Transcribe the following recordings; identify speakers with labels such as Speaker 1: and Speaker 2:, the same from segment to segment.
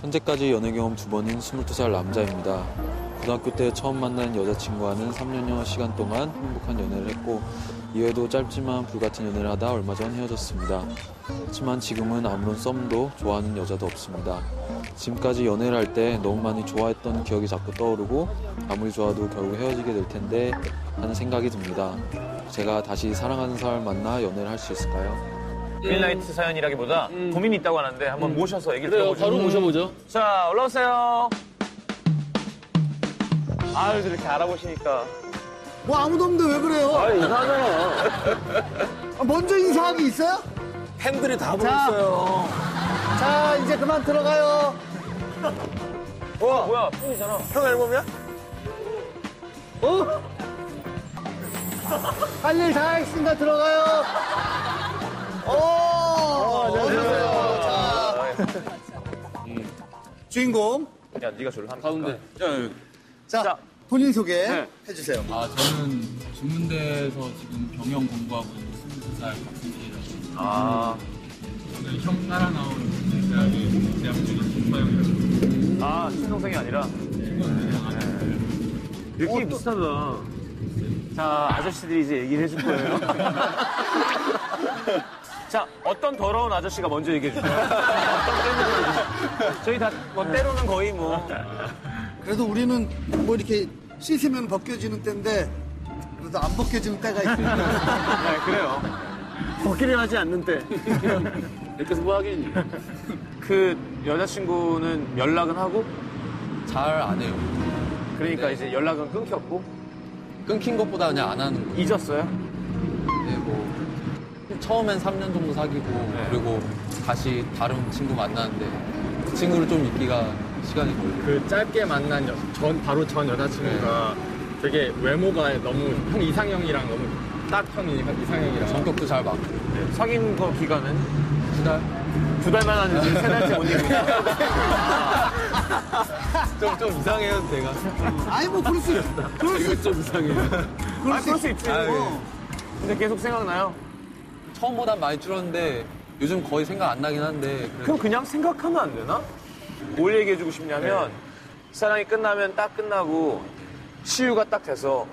Speaker 1: 현재까지 연애 경험 두 번인 22살 남자입니다. 고등학교 때 처음 만난 여자친구와는 3년여 시간 동안 행복한 연애를 했고 이외에도 짧지만 불같은 연애를 하다 얼마 전 헤어졌습니다. 하지만 지금은 아무런 썸도 좋아하는 여자도 없습니다. 지금까지 연애를 할 때 너무 많이 좋아했던 기억이 자꾸 떠오르고 아무리 좋아도 결국 헤어지게 될 텐데 하는 생각이 듭니다. 제가 다시 사랑하는 사람을 만나 연애를 할 수 있을까요?
Speaker 2: 힐라이트 사연이라기보다 고민이 있다고 하는데 한번 모셔서 얘기를
Speaker 3: 음. 그래요.
Speaker 2: 들어보죠. 음.
Speaker 3: 바로 모셔보죠.
Speaker 2: 자, 올라오세요. 아유, 이렇게 알아보시니까.
Speaker 4: 뭐 아무도 없는데 왜 그래요? 아 이상하잖아. 먼저 인사한 게 있어요?
Speaker 5: 팬들이 다 보고
Speaker 4: 자.
Speaker 5: 있어요.
Speaker 4: 자 이제 그만 들어가요.
Speaker 2: 와, 뭐야, 팬이잖아.
Speaker 5: 형 앨범이야?
Speaker 4: 할 일 어? 다 했으니까 들어가요. 어. 오,
Speaker 5: 어, 네,
Speaker 4: 어서오세요. 자 주인공.
Speaker 2: 야, 네가 저를 하면
Speaker 3: 가운데.
Speaker 4: 자,
Speaker 2: 자. 네.
Speaker 4: 본인 소개 해주세요.
Speaker 6: 아, 저는 중문대에서 지금 경영 공부하고 있는 22살 박승진이라고 합니다.
Speaker 2: 아,
Speaker 6: 저는 형 따라 나온 대학의 대학 중에 김마영이라고
Speaker 2: 아, 친동생이 아니라. 네.
Speaker 3: 어,
Speaker 2: 느낌이 비슷하다. 자, 아저씨들이 이제 얘기를 해줄 거예요. 자, 어떤 더러운 아저씨가 먼저 얘기해 줄까요? 어떤 팬들이 얘기해 줄까요? 저희 다, 뭐, 때로는 거의 뭐.
Speaker 4: 그래도 우리는 뭐 이렇게 씻으면 벗겨지는 때인데 그래도 안 벗겨지는 때가 있으니까.
Speaker 2: 네, 그래요.
Speaker 5: 벗기려 하지 않는 때.
Speaker 3: 이렇게서 뭐 하겠니?
Speaker 2: 그 여자친구는 연락은 하고
Speaker 6: 잘 안 해요.
Speaker 2: 그러니까
Speaker 7: 네.
Speaker 2: 이제 연락은 끊겼고
Speaker 6: 끊긴 것보다 그냥 안 하는 거예요.
Speaker 2: 잊었어요.
Speaker 6: 네, 뭐, 처음엔 3년 정도 사귀고,
Speaker 7: 네.
Speaker 6: 그리고 다시 다른 친구 만나는데, 그 친구를 좀 잊기가 시간이 걸려요.
Speaker 7: 그 짧게 만난 여, 전 바로 전 여자친구가
Speaker 2: 네.
Speaker 7: 되게 외모가 너무 형 이상형이랑 너무 딱형 이상형이랑
Speaker 6: 성격도 잘 맞고.
Speaker 2: 사귄 거 기간은
Speaker 6: 두 달?
Speaker 2: 두 달만 하는지 세 달째 못 얘기해.
Speaker 7: 좀, 좀 이상해요 제가
Speaker 4: 아니 뭐 그럴 수 있. 그럴 수 있.
Speaker 7: 좀 이상해요
Speaker 2: 아 그럴 수 있지.
Speaker 7: 예.
Speaker 2: 뭐. 근데 계속 생각나요.
Speaker 6: 처음보단 많이 줄었는데, 요즘 거의 생각 안 나긴 한데, 그래도
Speaker 2: 그럼 그냥 생각하면 안 되나? 뭘 얘기해주고 싶냐면 사랑이 끝나면 딱 끝나고 치유가 딱 돼서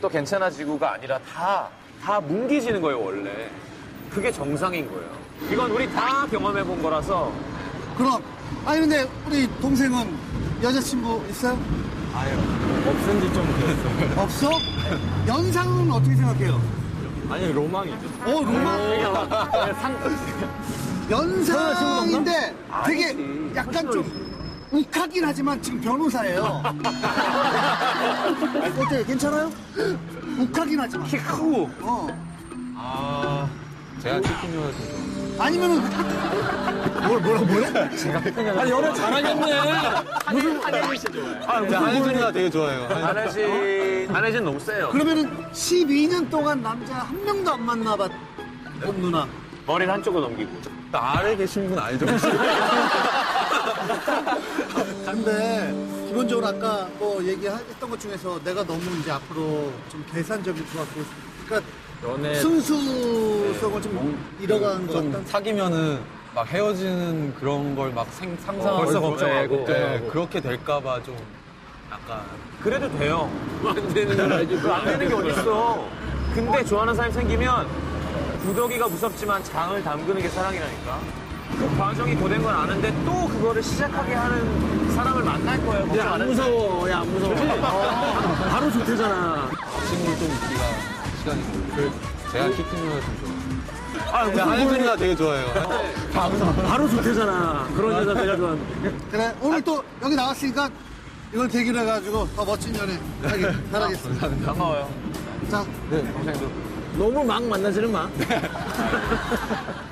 Speaker 2: 또 괜찮아지고가 아니라 다 다 뭉개지는 거예요 원래. 그게 정상인 거예요. 이건 우리 다 경험해 본 거라서
Speaker 4: 그럼 아니 근데 우리 동생은 여자친구 있어요?
Speaker 7: 없은 지 좀 됐어요
Speaker 4: 없어? 연상은 어떻게 생각해요?
Speaker 7: 아니 로망이죠
Speaker 4: 어 로망? 연상인데 되게 약간 좀 욱하긴 하지만 지금 변호사예요. 어때요? 괜찮아요? 욱하긴 하지만. 키 크고. 어.
Speaker 7: 아,
Speaker 6: 제가 치킨 좋아해서.
Speaker 4: 아니면은 뭘 뭐라 뭐래?
Speaker 7: 아니 연애 잘하겠네 한혜준이가 되게 좋아해요
Speaker 2: 안혜진 안혜진 너무 세요.
Speaker 4: 그러면은 12년 동안 남자 한 명도 안 만나봤던 누나.
Speaker 2: 머리를 한쪽으로 넘기고.
Speaker 6: 아래 계신 분 아니죠?
Speaker 4: 근데 기본적으로 아까 뭐 얘기했던 것 중에서 내가 너무 이제 앞으로 좀 계산적일 것 같고 그러니까
Speaker 7: 연애
Speaker 4: 순수성을 좀 잃어간 것
Speaker 6: 좀
Speaker 4: 같다.
Speaker 6: 사귀면은 막 헤어지는 그런 걸 막 상상하고
Speaker 7: 벌써
Speaker 6: 네,
Speaker 7: 걱정하고.
Speaker 6: 네, 그렇게 될까봐 좀 약간
Speaker 2: 그래도 돼요. 안 되는 건 알지. 안 되는 게 어딨어. 근데 좋아하는 사람이 생기면 구더기가 무섭지만 장을 담그는 게 사랑이라니까. 그 과정이 고된 건 아는데 또 그거를 시작하게 하는 사람을 만날 거예요. 걱정 안 해도
Speaker 5: 무서워, 야, 안 무서워. 바로 좋대잖아.
Speaker 6: 친구 좀 있기가 시간이 걸려요. 제가 키팅을 좀 좋아해요.
Speaker 7: 한혜준이가 되게 좋아해요
Speaker 5: 바로 좋대잖아. 그런 여자 내가 좋아하는.
Speaker 4: 그래 오늘 또 여기 나왔으니까 이걸 계기로 해가지고 더 멋진 연애 하기 바라겠습니다.
Speaker 2: 반가워요.
Speaker 4: 자
Speaker 5: 너무 막 만나지는 마.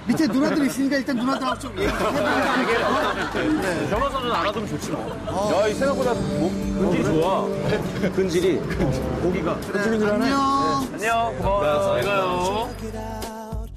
Speaker 4: 밑에 누나들 있으니까 일단 누나들하고 좀 얘기해봐. 네.
Speaker 2: 변호사는 알아두면 좋지 뭐.
Speaker 4: 어.
Speaker 2: 야, 이 생각보다 목 근질이 좋아.
Speaker 4: 그래, 안녕.
Speaker 2: 네. 안녕, 네, 고마워요. 잘 가요.
Speaker 8: I